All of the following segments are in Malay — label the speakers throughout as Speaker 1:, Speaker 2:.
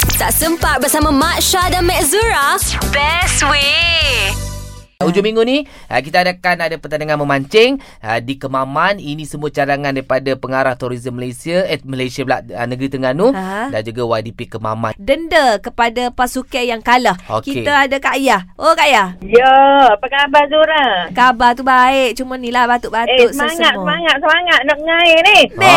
Speaker 1: Tak sempat bersama Mak Syah dan Mak Zura? Best way.
Speaker 2: Hmm. Hujung minggu ni ah, kita adakan ada pertandingan memancing ah, di Kemaman. Ini semua cadangan daripada pengarah tourism Malaysia eh Malaysia pula ah, negeri Terengganu
Speaker 3: Aha.
Speaker 2: dan juga YDP Kemaman.
Speaker 3: denda kepada pasukan yang kalah.
Speaker 2: Okey.
Speaker 3: Kita ada Kak Ayah. Oh Kak Ayah.
Speaker 4: Ya, apa khabar Zura?
Speaker 3: Khabar tu baik. Cuma ni lah
Speaker 4: Eh,
Speaker 3: batuk-batuk
Speaker 4: semangat,
Speaker 3: sesama.
Speaker 4: semangat, semangat nak ngair ni.
Speaker 2: Ah.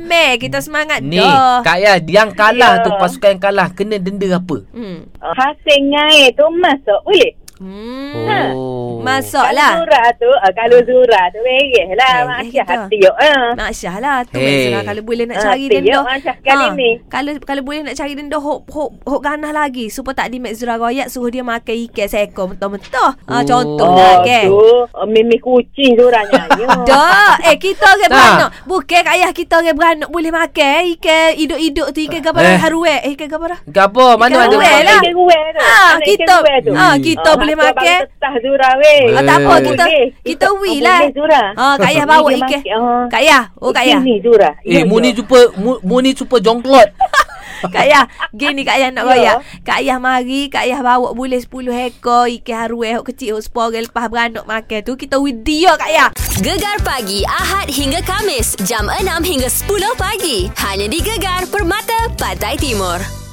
Speaker 3: Memek. Kita semangat
Speaker 2: Ni
Speaker 3: dah.
Speaker 2: Kak Yah yang kalah
Speaker 4: Ya.
Speaker 2: tu pasukan yang kalah kena denda apa?
Speaker 3: Hmm.
Speaker 4: Uh, Hasil ngair tu masuk boleh.
Speaker 3: Hmm.
Speaker 2: Oh.
Speaker 3: Masuk
Speaker 4: Kalau
Speaker 3: lah.
Speaker 4: Zura tu, uh, kalau Zura tu beres
Speaker 3: Eh,
Speaker 4: lah. Masya
Speaker 3: kita.
Speaker 4: hati yuk. Uh.
Speaker 3: Nak Syah lah tu
Speaker 2: Hey.
Speaker 3: hey. kalau boleh nak
Speaker 4: Ah,
Speaker 3: cari
Speaker 4: tiup
Speaker 3: denda. Ah,
Speaker 4: Mak Syah kali ni.
Speaker 3: Kalau kalau boleh nak cari denda hok hok hok ganah lagi supaya tak di Mek Zura royak suruh dia makan ikan seekor mentah-mentah. Ah
Speaker 2: Oh.
Speaker 3: contoh lah
Speaker 4: Oh,
Speaker 3: kan.
Speaker 4: tu uh, mimi kucing Zura Ya. nyanyi.
Speaker 3: Dah Eh kita orang
Speaker 2: Tak.
Speaker 3: beranak Bukan kat ayah kita orang beranak Boleh makan eh. Ikan hidup-hidup tu Ikan gambar
Speaker 2: Eh.
Speaker 3: eh. haruai Eh ikan gambar
Speaker 2: Gapo mana
Speaker 4: Ah,
Speaker 3: Ikan
Speaker 2: ada
Speaker 3: ruwet
Speaker 2: orang-
Speaker 3: lah.
Speaker 4: Ikan ruwet tu.
Speaker 3: Ah,
Speaker 4: Anak
Speaker 3: kita
Speaker 4: ikan ruwet tu.
Speaker 3: ah,
Speaker 2: Hmm.
Speaker 3: kita
Speaker 4: Ah,
Speaker 3: boleh
Speaker 4: masuk
Speaker 3: makan.
Speaker 4: bang Tetah Zura weh.
Speaker 3: Ah, tak apa
Speaker 2: Eh.
Speaker 3: kita
Speaker 4: Boleh.
Speaker 3: kita
Speaker 4: Oh,
Speaker 3: wi lah.
Speaker 4: Boleh Zura.
Speaker 3: Ah kak ayah bawa
Speaker 4: Boleh
Speaker 3: ikan.
Speaker 4: makan, ah.
Speaker 3: Kak ayah, oh kak ayah.
Speaker 4: Sini Zura.
Speaker 2: Eh
Speaker 4: Ya,
Speaker 2: Muni
Speaker 4: ya.
Speaker 2: jumpa Mu- Muni jumpa jongklot.
Speaker 3: Kak ayah, gini kak ayah nak
Speaker 4: Ya.
Speaker 3: royak. Kak ayah mari, kak ayah bawa boleh 10 ekor ikan haruai hok kecil hok sepore lepas beranak makan tu kita wi dia kak ayah.
Speaker 1: Gegar pagi Ahad hingga Kamis jam 6 hingga 10 pagi hanya di Gegar Permata Pantai Timur.